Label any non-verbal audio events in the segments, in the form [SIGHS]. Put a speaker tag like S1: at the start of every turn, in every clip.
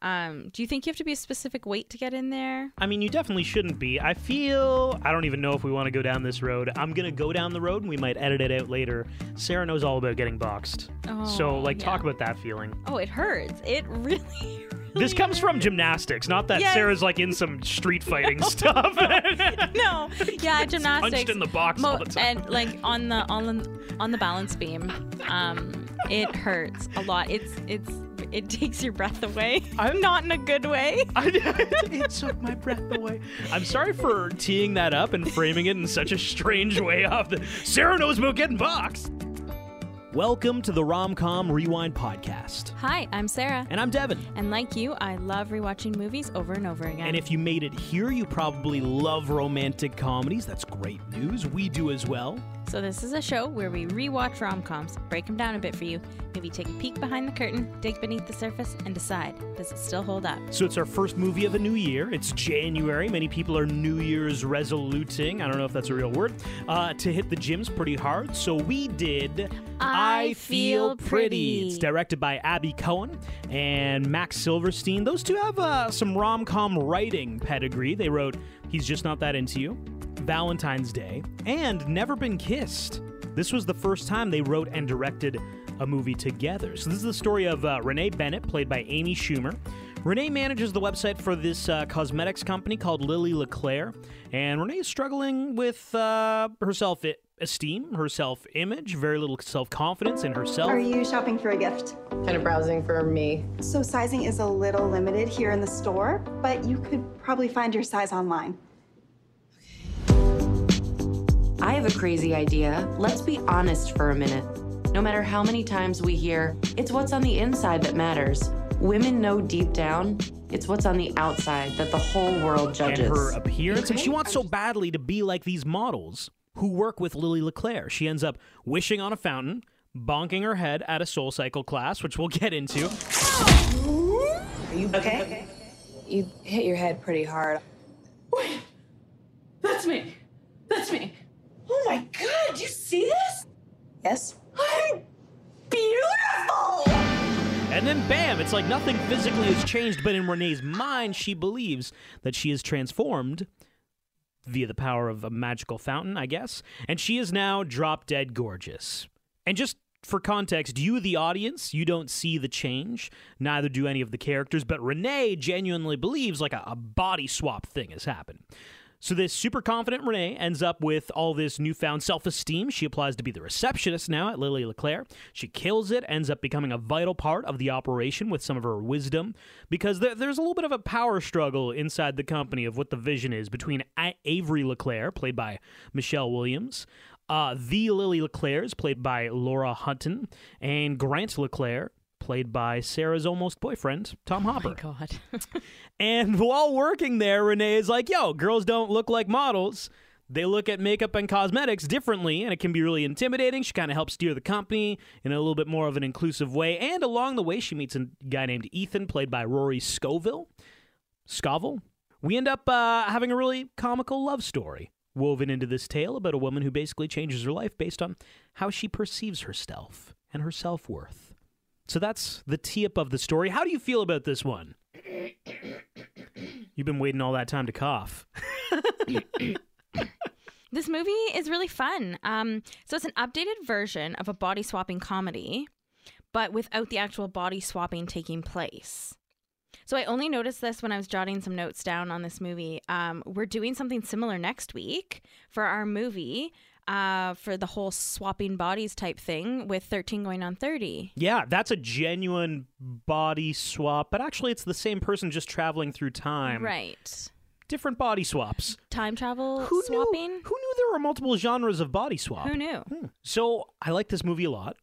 S1: Um, do you think you have to be a specific weight to get in there?
S2: I mean, you definitely shouldn't be. I feel I don't even know if we want to go down this road. I'm gonna go down the road, and we might edit it out later. Sarah knows all about getting boxed,
S1: Oh,
S2: so like
S1: yeah.
S2: talk about that feeling.
S1: Oh, it hurts. It [LAUGHS] really. really
S2: This comes from gymnastics, not that
S1: Yes.
S2: Sarah's like in
S1: [LAUGHS]
S2: some street fighting stuff,
S1: hurts. [LAUGHS] no.
S2: [LAUGHS]
S1: Yeah, gymnastics.
S2: punched in the
S1: [LAUGHS]
S2: box
S1: Mo-
S2: all the time.
S1: and like on the on the on the balance beam, um, it hurts a lot. It's it's it takes your breath away. [LAUGHS]
S2: I'm-
S1: not in a good way.
S2: I, [LAUGHS] it took my breath away. I'm sorry for teeing that up and framing it in such a strange way. Off the Sarah knows about getting boxed. Welcome to the Romcom Rewind podcast,
S1: Hi, I'm Sarah,
S2: and I'm Devin.
S1: and like you, I love rewatching movies over and over again.
S2: And if you made it here, you probably love romantic comedies. That's great news. We do as well.
S1: so this is a show where we rewatch rom-coms, break them down a bit for you, maybe take a peek behind the curtain, dig beneath the surface, and decide does it still hold up.
S2: So it's our first movie of a new year. It's January. Many people are New Year's resoluting. I don't know if that's a real word. Uh, to hit the gyms pretty hard. So we did.
S1: I Feel Pretty.
S2: It's directed by Abby Cohen and Max Silverstein. Those two have uh, some rom com writing pedigree. They wrote He's Just Not That Into You, Valentine's Day, and Never Been Kissed. This was the first time they wrote and directed a movie together. So, this is the story of uh, Renee Bennett, played by Amy Schumer. Renee manages the website for this uh, cosmetics company called Lily LeClaire, and Renee is struggling with uh, herself esteem, her self image, very little self confidence in herself.
S3: Are you shopping for a gift?
S4: kind of browsing for me.
S3: So sizing is a little limited here in the store, but you could probably find your size online.
S4: I have a crazy idea. Let's be honest for a minute. No matter how many times we hear, it's what's on the inside that matters. Women know deep down, it's what's on the outside that the whole world
S2: and
S4: judges.
S2: her appearance. And she wants so badly to be like these models who work with Lily LeClaire. She ends up wishing on a fountain, bonking her head at a soul cycle class, which we'll get into.
S5: You hit your head pretty hard.
S6: That's me. That's me. Oh my god, you see this?
S5: Yes?
S6: I'm beautiful!
S2: And then bam, it's like nothing physically has changed, but in Renee's mind, she believes that she is transformed via the power of a magical fountain, I guess. And she is now drop dead gorgeous. And just for context, you, the audience, you don't see the change, neither do any of the characters, but Renee genuinely believes like a, a body swap thing has happened. So, this super confident Renee ends up with all this newfound self esteem. She applies to be the receptionist now at Lily LeClaire. She kills it, ends up becoming a vital part of the operation with some of her wisdom, because there, there's a little bit of a power struggle inside the company of what the vision is between A- Avery LeClaire, played by Michelle Williams, uh, the Lily LeClaire, is played by Laura Hutton, and Grant LeClaire, played by Sarah's almost boyfriend, Tom Hopper.
S1: God.
S2: And [LAUGHS] while working there, Renee is like, yo, girls don't look like models. They look at makeup and cosmetics differently, and it can be really intimidating. She kind of helps steer the company in a little bit more of an inclusive way. And along the way, she meets a guy named Ethan, played by Rory Scoville. Scovel. We end up uh, having a really comical love story woven into this tale about a woman who basically changes her life based on how she perceives herself and her self worth. So that's the tee up of the story. How do you feel about this one? You've been waiting all that time to cough. [LAUGHS]
S1: This movie is really fun. Um, so it's an updated version of a body swapping comedy, but without the actual body swapping taking place. So I only noticed this when I was jotting some notes down on this movie. Um, we're doing something similar next week for our movie. Uh, for the whole swapping bodies type thing with 13 going on 30.
S2: Yeah, that's a genuine body swap, but actually, it's the same person just traveling through time.
S1: right.
S2: Different body swaps.
S1: Time travel
S2: Who
S1: swapping?
S2: knew? Who knew there were multiple genres of body swap?
S1: Who knew?
S2: Hmm.
S1: Mm-hmm.
S2: So I like this movie a lot.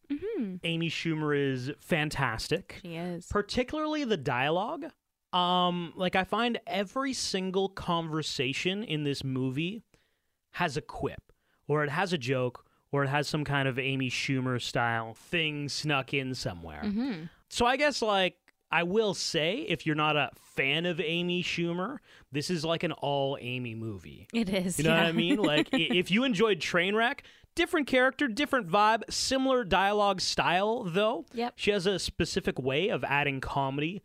S2: Amy Schumer is fantastic,
S1: She is.
S2: particularly the dialogue. Um, like I find every single conversation in this movie has a quip, or it has a joke, or it has some kind of Amy Schumer style thing snuck in somewhere. So I guess like I will say, if you're not a fan of Amy Schumer, this is like an all Amy movie.
S1: It is.
S2: You know what I
S1: yeah.
S2: mean? Like, i- if you enjoyed Trainwreck, different character, different vibe, similar dialogue style, though.
S1: Yep.
S2: She has a specific way of adding comedy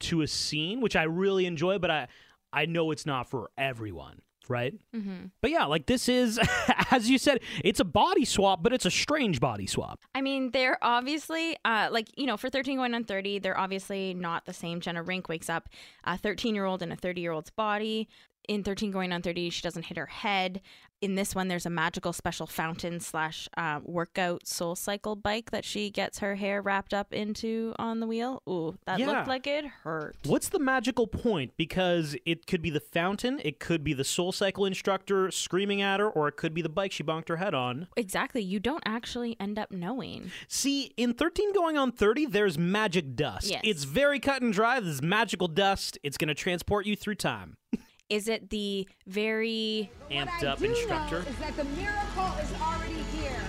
S2: to a scene, which I really enjoy, but I I know it's not for everyone, right?
S1: Mhm.
S2: But yeah, like this is, [LAUGHS] as you said, it's a body swap, but it's a strange body swap.
S1: I mean, they're obviously uh, like you know, for thirteen going on thirty, they're obviously not the same. Jenna Rink wakes up a thirteen-year-old in a thirty-year-old's body. In thirteen going on thirty, she doesn't hit her head. In this one, there's a magical special fountain slash uh, workout soul cycle bike that she gets her hair wrapped up into on the wheel. Ooh, that
S2: Yeah.
S1: looked like it hurt.
S2: What's the magical point? Because it could be the fountain, it could be the soul cycle instructor screaming at her, or it could be the bike she bonked her head on.
S1: Exactly. You don't actually end up knowing.
S2: See, in 13 going on 30, there's magic dust.
S1: Yes.
S2: It's very cut and dry. This is magical dust. It's going to transport you through time.
S1: Is it the very
S2: Amped up instructor.
S7: is that the miracle is already here.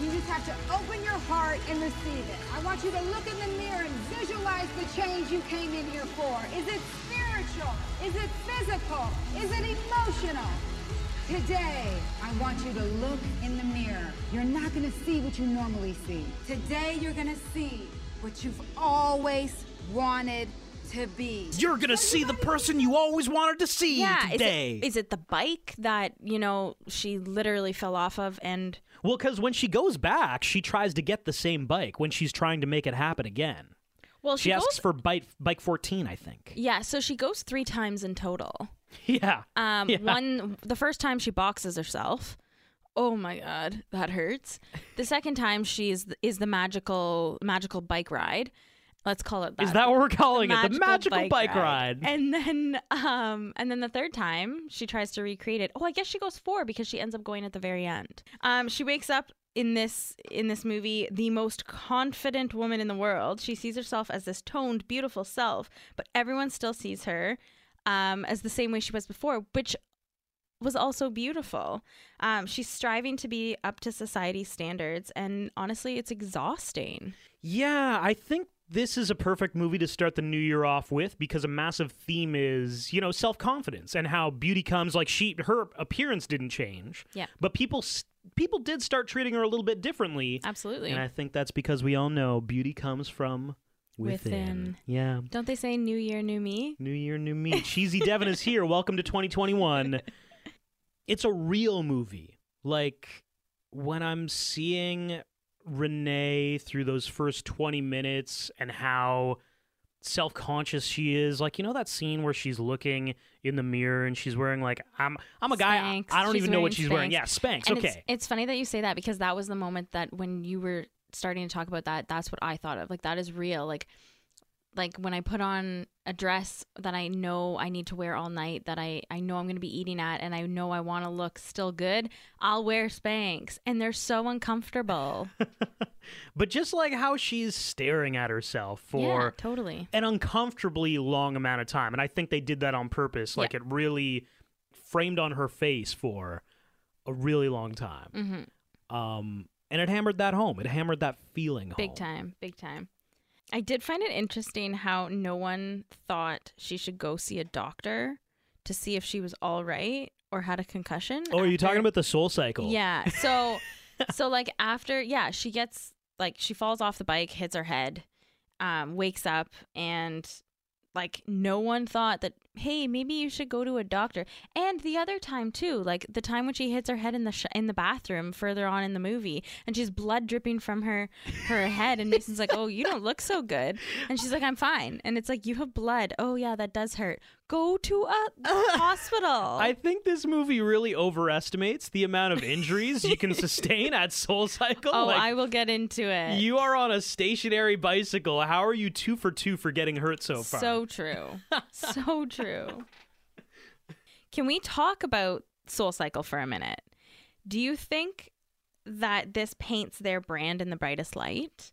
S7: You just have to open your heart and receive it. I want you to look in the mirror and visualize the change you came in here for. Is it spiritual? Is it physical? Is it emotional? Today, I want you to look in the mirror. You're not going to see what you normally see. Today, you're going to see what you've always wanted to be.
S2: You're going to see the person you always wanted to see
S1: yeah
S2: today.
S1: Is it, is it the bike that you know she literally fell off of and
S2: Well, because when she goes back, she tries to get the same bike when she's trying to make it happen again.
S1: well
S2: She
S1: goes
S2: asks for bike, bike 14, I think.
S1: yeah so she goes three times in total
S2: [LAUGHS] Yeah.
S1: um
S2: Yeah.
S1: one the first time she boxes herself oh my god that hurts the second time she is is the magical magical bike ride let's call it that
S2: Is that what we're calling it? The
S1: magical
S2: magical bike, ride.
S1: and then um and then the third time she tries to recreate it oh i guess she goes four because she ends up going at the very end um she wakes up in this in this movie the most confident woman in the world she sees herself as this toned beautiful self but everyone still sees her um as the same way she was before which was also beautiful um she's striving to be up to society's standards and honestly it's exhausting
S2: Yeah, I think this is a perfect movie to start the new year off with because a massive theme is, you know, self-confidence and how beauty comes like she her appearance didn't change.
S1: Yeah.
S2: But people s- people did start treating her a little bit differently.
S1: absolutely
S2: And I think that's because we all know beauty comes from within.
S1: Within.
S2: Yeah.
S1: don't they say new year new me
S2: New year, new me. Cheesy Devin is here. Welcome to
S1: [LAUGHS]
S2: 2021. It's a real movie. Like when I'm seeing Renee through those first 20 minutes and how self conscious she is, like you know that scene where she's looking in the mirror and she's wearing like I'm I'm a guy. I-
S1: Spanx.
S2: I don't
S1: She's
S2: even know what
S1: wearing
S2: she's wearing.
S1: Spanx.
S2: Yeah, Spanx.
S1: And
S2: okay.
S1: It's, it's funny that you say that because that was the moment that when you were starting to talk about that, that's what I thought of. Like that is real. Like like when I put on a dress that I know I need to wear all night, that I, I know I'm going to be eating at, and I know I want to look still good, I'll wear Spanx. And they're so uncomfortable.
S2: but just like how she's staring at herself [LAUGHS] for
S1: yeah, totally.
S2: an uncomfortably long amount of time. And I think they did that on purpose. Like it really framed on her face for a really long time.
S1: hmm
S2: Um, and it hammered that home. It hammered that feeling home.
S1: Big time. Big time. I did find it interesting how no one thought she should go see a doctor to see if she was all right or had a concussion.
S2: Oh, are you talking
S1: after-
S2: about the soul cycle?
S1: Yeah.
S2: [LAUGHS]
S1: So, so like after, yeah, she gets like she falls off the bike, hits her head, um, wakes up, and like no one thought that hey, maybe you should go to a doctor. And the other time too, like the time when she hits her head in the sh- in the bathroom further on in the movie, and she's blood dripping from her
S2: [LAUGHS]
S1: her head, and Mason's like, oh, you don't look so good, and she's like, I'm fine, and it's like you have blood. Oh yeah, that does hurt. Go to
S2: [LAUGHS]
S1: a hospital.
S2: I think this movie really overestimates the amount of injuries
S1: [LAUGHS]
S2: you can sustain at soul cycle.
S1: oh,
S2: Like,
S1: I will get into it.
S2: You are on a stationary bicycle. How are you two for two for getting hurt so far?
S1: So
S2: [LAUGHS]
S1: true. so true. Can we talk about Soul Cycle for a minute? Do you think that this paints their brand in the brightest
S2: [LAUGHS]
S1: light?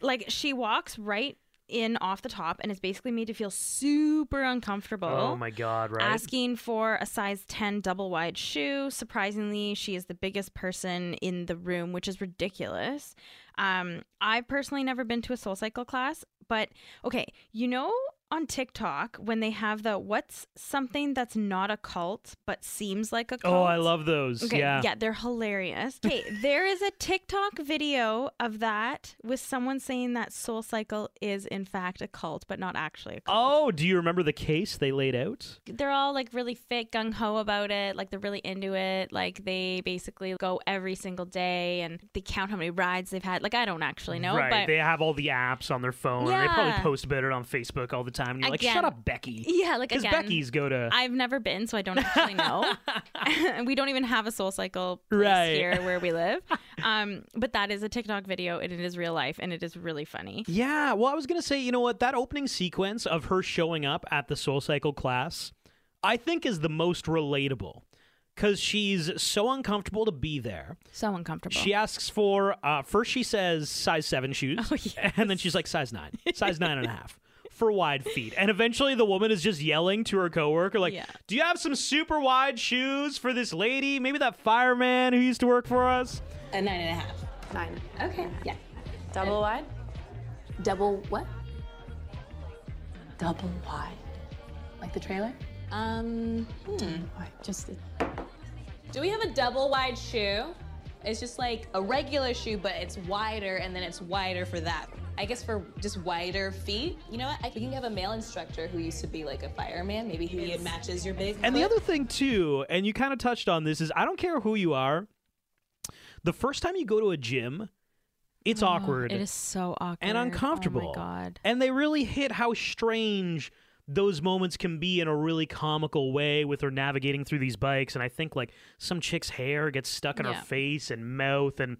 S1: like she walks right in off the top and is basically made to feel super uncomfortable
S2: oh my god, right?
S1: asking for a size 10 double wide shoe. Surprisingly, she is the biggest person in the room, which is ridiculous. Um, I've personally never been to a soul cycle class, but okay, you know, on TikTok when they have the what's something that's not a cult but seems like a cult.
S2: Oh, I love those.
S1: Okay,
S2: yeah.
S1: they're hilarious. Okay,
S2: [LAUGHS]
S1: there is a TikTok video of that with someone saying that Soul Cycle is in fact a cult, but not actually a cult.
S2: Oh, do you remember the case they laid out?
S1: They're all like really fit, gung ho about it. Like they're really into it. Like they basically go every single day and they count how many rides they've had. Like I don't actually know,
S2: right.
S1: but
S2: They have all the apps on their phone. and They probably
S1: Yeah.
S2: post about it on Facebook all the time. And you're like,
S1: Again.
S2: shut up, Becky.
S1: yeah, like
S2: Because
S1: again,
S2: Becky's go to.
S1: I've never been, so I don't actually
S2: [LAUGHS]
S1: know. [LAUGHS] we don't even have a soul cycle place
S2: Right.
S1: here where we
S2: [LAUGHS]
S1: live. Um, but that is a TikTok video and it is real life and it is really funny.
S2: Yeah, well, I was gonna say, you know what? That opening sequence of her showing up at the Soul Cycle class, I think, is the most relatable because she's so uncomfortable to be there.
S1: So uncomfortable.
S2: She asks for uh, first. She says size seven shoes,
S1: Oh,
S2: and then she's like size nine, size nine and a half for wide feet. And eventually, the woman is just yelling to her coworker, like,
S1: Yeah.
S2: "Do you have some super wide shoes for this lady? Maybe that fireman who used to work for us."
S5: A nine and a half.
S4: Nine.
S5: Okay. Yeah.
S4: Double wide?
S5: Double what? Double wide. Like the trailer? Um. Hmm. Just. Do we have a double wide shoe? It's just like a regular shoe, but it's wider, and then it's wider for that. I guess for just wider feet. You know what? I, we can have a male instructor who used to be like a fireman. Maybe he matches your big.
S2: And the
S5: foot.
S2: other thing too, and you kind of touched on this, is I don't care who you are. The first time you go to a gym, it's awkward
S1: Mm, Mm-hmm. It is so awkward
S2: and uncomfortable.
S1: Oh my god.
S2: And they really hit how strange those moments can be in a really comical way with her navigating through these bikes. And I think like some chick's hair gets stuck in
S1: Yeah.
S2: her face and mouth and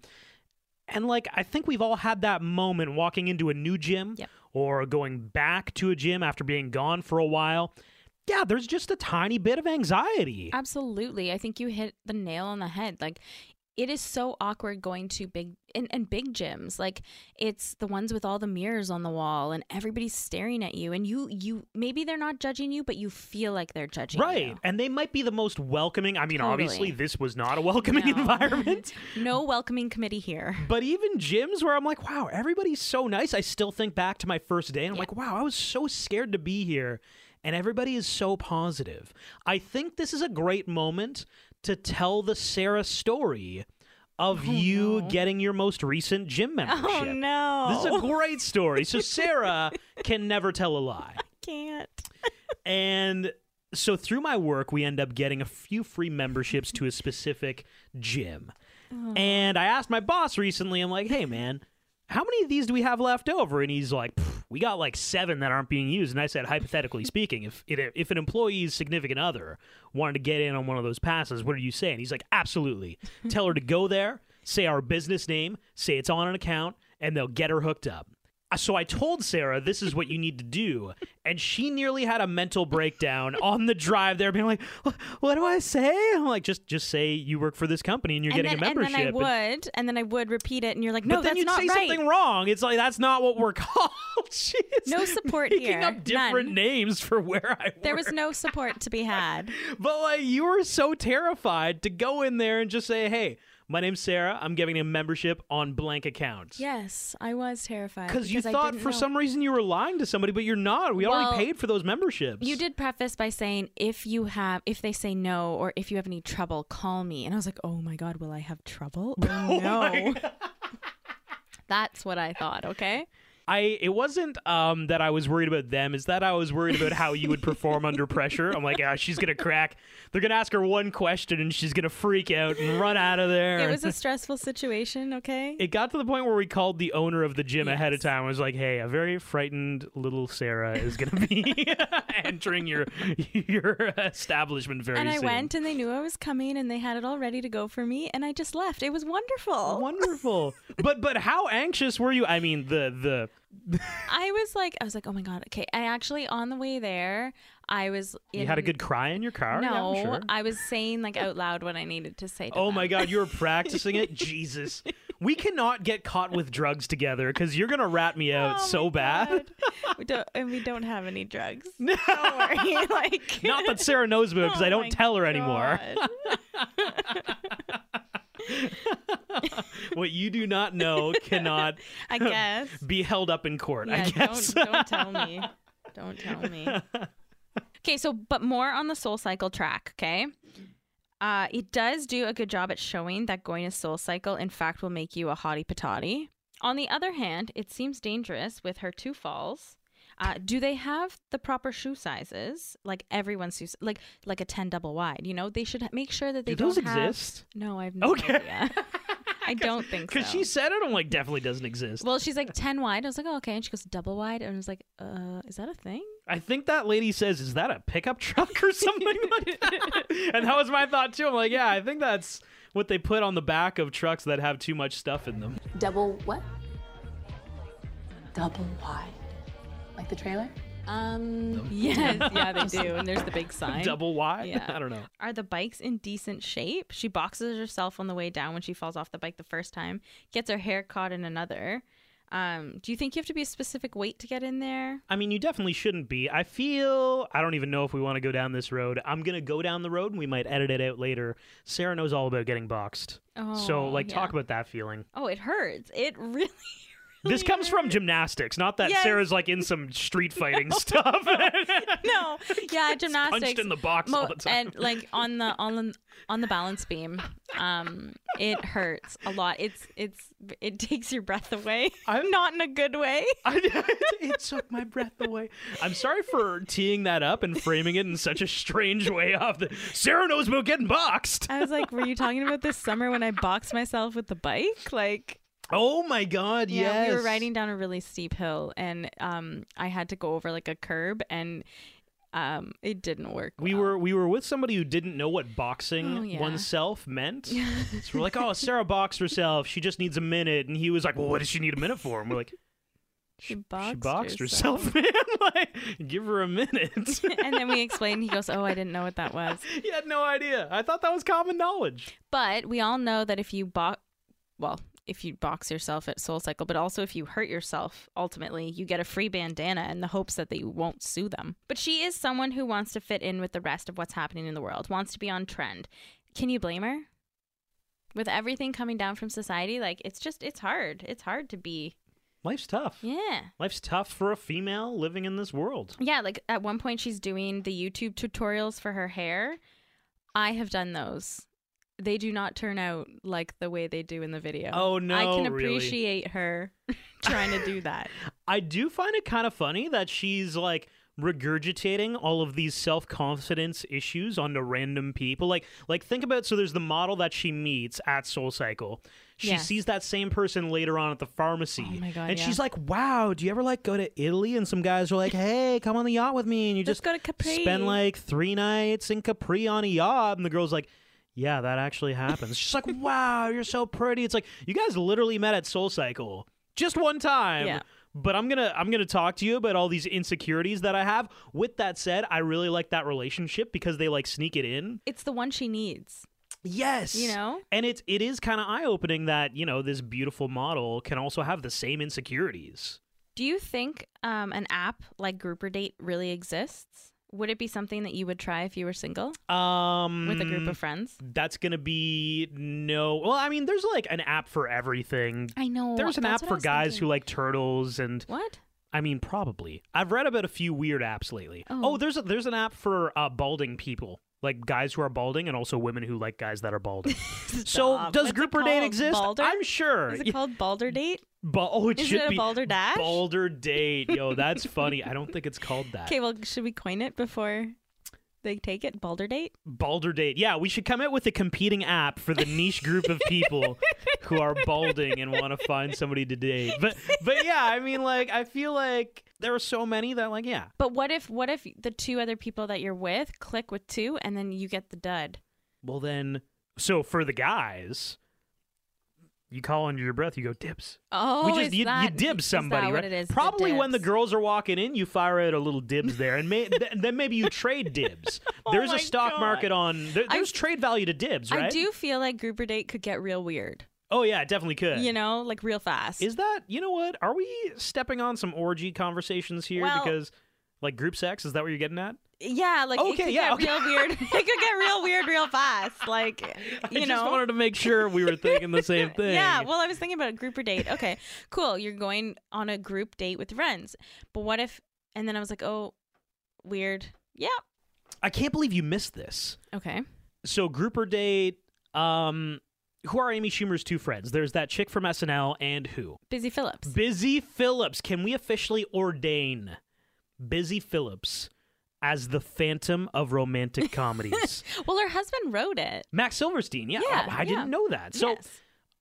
S2: and like I think we've all had that moment walking into a new gym
S1: Yep.
S2: or going back to a gym after being gone for a while. Yeah, there's just a tiny bit of anxiety.
S1: Absolutely. I think you hit the nail on the head. Like it is so awkward going to big and, and big gyms. Like it's the ones with all the mirrors on the wall and everybody's staring at you and you you maybe they're not judging you, but you feel like they're judging
S2: Right.
S1: you.
S2: And they might be the most welcoming. I mean, obviously,
S1: Totally.
S2: this was not a welcoming
S1: No.
S2: [LAUGHS] environment.
S1: No welcoming committee here. [LAUGHS]
S2: But even gyms where I'm like, wow, everybody's so nice. I still think back to my first day and I'm like, wow, I was so scared to be here. And everybody is so positive. I think this is a great moment to tell the Sarah story of you getting your most recent gym membership.
S1: Oh no. [LAUGHS]
S2: This is a great story. So Sarah can never tell a lie.
S1: can't. [LAUGHS]
S2: And so through my work, we end up getting a few free memberships to a specific gym. And I asked my boss recently, I'm like, hey, man, how many of these do we have left over? And he's like, "Pff, we got like seven that aren't being used. And I said, hypothetically speaking, if it, if an employee's significant other wanted to get in on one of those passes, what are you saying? He's like, absolutely. Tell her to go there, say our business name, say it's on an account, and they'll get her hooked up. Uh, So I told Sarah this is what you need to do, and she nearly had a mental breakdown on the drive there, being like, "Wh- "What do I say?" I'm like, "Just, just say you work for this company and you're
S1: And
S2: getting
S1: then,
S2: a
S1: and then
S2: membership."
S1: I
S2: And-
S1: would, and then I would repeat it, and you're like,
S2: but
S1: no,
S2: then
S1: that's
S2: you'd
S1: not
S2: say
S1: right.
S2: something wrong. It's like that's not what we're [LAUGHS] called. She's
S1: No support
S2: making
S1: here.
S2: up different
S1: None.
S2: names for where I
S1: There
S2: work.
S1: was no support to be had.
S2: [LAUGHS] But like you were so terrified to go in there and just say, "Hey, my name's Sarah. I'm getting a membership on blank accounts."
S1: Yes, I was
S2: [LAUGHS]
S1: terrified
S2: Because you
S1: I
S2: thought
S1: didn't
S2: for
S1: know.
S2: some reason you were lying to somebody, but you're not. We
S1: Well,
S2: already paid for those memberships.
S1: You did preface by saying if you have if they say no or if you have any trouble, call me. And I was like, "Oh my god, will I have
S2: [LAUGHS]
S1: trouble?" Oh no. [LAUGHS] That's what I thought, okay?
S2: I it wasn't um that I was worried about them. It's that I was worried about how you would perform under pressure. I'm like, ah, she's gonna crack. They're gonna ask her one question and she's gonna freak out and run out of there.
S1: It was a stressful situation, okay?
S2: It got to the point where we called the owner of the gym ahead of time. I was like, "Hey, a very frightened little Sarah is
S1: [LAUGHS]
S2: gonna be [LAUGHS] entering your your establishment very
S1: and I
S2: soon."
S1: went and they knew I was coming and they had it all ready to go for me and I just left. It was wonderful.
S2: Wonderful, but but how anxious were you? I mean, the the
S1: I was like I was like, "Oh my god, okay." I actually on the way there, I was
S2: you had a
S1: in-
S2: good cry in your car. Yeah,
S1: No,
S2: I'm sure.
S1: I was saying like out loud what I needed to say to
S2: Oh
S1: them.
S2: my God, you
S1: [LAUGHS]
S2: were practicing it? Jesus. We cannot get caught with drugs together because you're going to rat me out
S1: Oh
S2: so
S1: my
S2: bad.
S1: God. we don't, and we don't have any drugs. Don't worry. [LAUGHS] Like,
S2: [LAUGHS] Not that Sarah knows about it because
S1: [LAUGHS]
S2: I
S1: Oh
S2: don't
S1: my
S2: tell her anymore.
S1: God.
S2: [LAUGHS] What you do
S1: [LAUGHS]
S2: not know cannot
S1: I guess.
S2: [LAUGHS] be held up in court,
S1: Yeah,
S2: I guess. [LAUGHS]
S1: Don't, don't tell me. Don't tell me. okay, so but more on the soul cycle track, okay? Uh, it does do a good job at showing that going to soul cycle, in fact, will make you a hottie patati. On the other hand, it seems dangerous with her two falls. Uh, do they have the proper shoe sizes? Like everyone's shoes, like like a ten double wide. You know, they should ha- make sure that they
S2: Do those
S1: not
S2: exist?
S1: No, I have no
S2: Okay. [LAUGHS]
S1: idea. I don't think so.
S2: Because she said it, I'm like, definitely doesn't exist.
S1: Well, she's like 10 wide. I was like, oh, okay. And she goes double wide. And I was like, uh, is that a thing?
S2: I think that lady says, "Is that a pickup truck
S1: [LAUGHS]
S2: or something like that?" [LAUGHS] And that was my thought too. I'm like, yeah, I think that's what they put on the back of trucks that have too much stuff in them.
S5: Double what?
S6: Double wide. Like the trailer?
S5: Um,
S1: [LAUGHS] Yes. Yeah, they do. And there's the big sign.
S2: Double wide.
S1: Yeah.
S2: [LAUGHS] I don't know.
S1: Are the bikes in decent shape? She boxes herself on the way down when she falls off the bike the first time, gets her hair caught in another. Um, do you think you have to be a specific weight to get in there?
S2: I mean, you definitely shouldn't be. I feel I don't even know if we want to go down this road. I'm gonna go down the road, and we might edit it out later. Sarah knows all about getting boxed, so
S1: Oh,
S2: like, talk
S1: yeah.
S2: about
S1: [LAUGHS]
S2: that feeling.
S1: Oh, it hurts. It [LAUGHS] really.
S2: This comes from gymnastics, not that
S1: Yes.
S2: Sarah's like in some street
S1: [LAUGHS]
S2: fighting stuff. [LAUGHS]
S1: No, yeah, gymnastics.
S2: in the box all the time.
S1: And like on the on the, on the balance beam, um, it hurts a lot. It's it's it takes your breath away. [LAUGHS]
S2: I'm-
S1: not in a good way.
S2: I, [LAUGHS] it took my breath away. I'm sorry for teeing that up and framing it in such a strange way. Off the Sarah knows about getting boxed.
S1: I was like, were you talking about this summer when I boxed myself with the bike? Like,
S2: Oh my god!
S1: yeah,
S2: yes,
S1: we were riding down a really steep hill, and um, I had to go over like a curb, and um, it didn't work.
S2: We
S1: well.
S2: were we were with somebody who didn't know what boxing
S1: Oh, yeah. [LAUGHS]
S2: oneself meant. so we're like, oh, Sarah boxed herself. She just needs a minute. And he was like, well, what does she need a minute for? And we're like,
S1: she boxed,
S2: she boxed herself, [LAUGHS] man. like, give her a minute. [LAUGHS]
S1: and then we explained. He goes, "Oh, I didn't know what that was."
S2: he had no idea. I thought that was common knowledge.
S1: But we all know that if you box, well, if you box yourself at Soul Cycle, but also if you hurt yourself, ultimately you get a free bandana in the hopes that they won't sue them. But she is someone who wants to fit in with the rest of what's happening in the world, wants to be on trend. Can you blame her? With everything coming down from society, like it's just, it's hard. It's hard to be.
S2: Life's tough.
S1: Yeah.
S2: Life's tough for a female living in this world.
S1: Yeah, like at one point she's doing the YouTube tutorials for her hair. I have done those. They do not turn out like the way they do in the video.
S2: Oh, no,
S1: I can
S2: really?
S1: appreciate her [LAUGHS] trying to
S2: [LAUGHS]
S1: do that.
S2: I do find it kind of funny that she's like regurgitating all of these self-confidence issues onto random people. Like like think about so there's the model that she meets at Soul Cycle. She
S1: Yeah.
S2: sees that same person later on at the pharmacy.
S1: Oh my God,
S2: and
S1: yeah.
S2: she's like, "Wow, do you ever like go to Italy and some guys are like, "Hey, come on the yacht with me." And you
S1: Let's
S2: just
S1: go to Capri.
S2: spend like 3 nights in Capri on a yacht." And the girl's like, "Yeah, that actually happens."
S1: [LAUGHS]
S2: she's like, "Wow, you're so pretty." It's like, "You guys literally met at Soul Cycle." Just one time
S1: Yeah.
S2: but i'm gonna i'm gonna talk to you about all these insecurities that i have with that said i really like that relationship because they like sneak it in
S1: It's the one she needs.
S2: yes
S1: You know?
S2: and it's it is kind of eye-opening that you know this beautiful model can also have the same insecurities
S1: Do you think um, an app like Grouper Date really exists? Would it be something that you would try if you were single
S2: um
S1: with a group of friends?
S2: that's gonna be no well i mean there's like an app for everything
S1: I know.
S2: there's an app
S1: that's what I
S2: for
S1: was
S2: guys
S1: thinking.
S2: who like turtles and
S1: What?
S2: I mean, probably. I've read about a few weird apps lately.
S1: Oh.
S2: Oh, there's a, there's an app for uh, balding people, like guys who are balding, and also women who like guys that are balding.
S1: [LAUGHS]
S2: so,
S1: Stop.
S2: does
S1: What's it
S2: grouper date
S1: called?
S2: exist?
S1: Balder?
S2: I'm sure.
S1: Is it
S2: Yeah,
S1: called Balder Date?
S2: ba- oh, it
S1: Is
S2: should
S1: it a
S2: be
S1: Balder Dash? [LAUGHS]
S2: Balder date. Yo, that's funny. I don't think it's called that.
S1: Okay, well, should we coin it before they take it? Balder Date?
S2: Balder date. Yeah, we should come out with a competing app for the niche group of
S1: [LAUGHS]
S2: people who are balding and want to find somebody to date. But but yeah, I mean, like, I feel like there are so many that, like, yeah.
S1: But what if what if the two other people that you're with click with two and then you get the dud?
S2: Well, then, so for the guys, you call under your breath. You go dibs.
S1: Oh,
S2: we just
S1: is
S2: you,
S1: that-
S2: you dib
S1: is
S2: somebody,
S1: that
S2: right?
S1: What it is,
S2: Probably when the
S1: dibs?
S2: girls are walking in, you fire out a little dibs there, and may, th- then maybe you
S1: [LAUGHS]
S2: trade dibs. There's
S1: Oh my
S2: a stock
S1: God.
S2: market on. There,
S1: I-
S2: there's trade value to dibs, right?
S1: I do feel like grouper date could get real weird.
S2: Oh yeah, it definitely could.
S1: You know, like real fast.
S2: is that you know what? Are we stepping on some orgy conversations here?
S1: Well-
S2: because like group sex, is that what you're getting at?
S1: yeah, like it
S2: Okay,
S1: could
S2: yeah,
S1: get real weird. [LAUGHS] it could get real weird real fast. Like you
S2: [LAUGHS] I
S1: know.
S2: just wanted to make sure we were thinking the same
S1: [LAUGHS]
S2: thing.
S1: Yeah, well, I was thinking about a grouper date. Okay, cool. You're going on a group date with friends, but what if And then I was like, oh, weird. Yeah.
S2: I can't believe you missed this.
S1: Okay.
S2: So grouper date. Um, who are Amy Schumer's two friends? There's that chick from SNL and who?
S1: Busy Phillips.
S2: Busy Phillips. Can we officially ordain Busy Phillips as the Phantom of romantic comedies?
S1: [LAUGHS] Well, her husband wrote it.
S2: Max Silverstein. Yeah,
S1: Yeah,
S2: oh,
S1: yeah.
S2: I didn't know that. So
S1: Yes,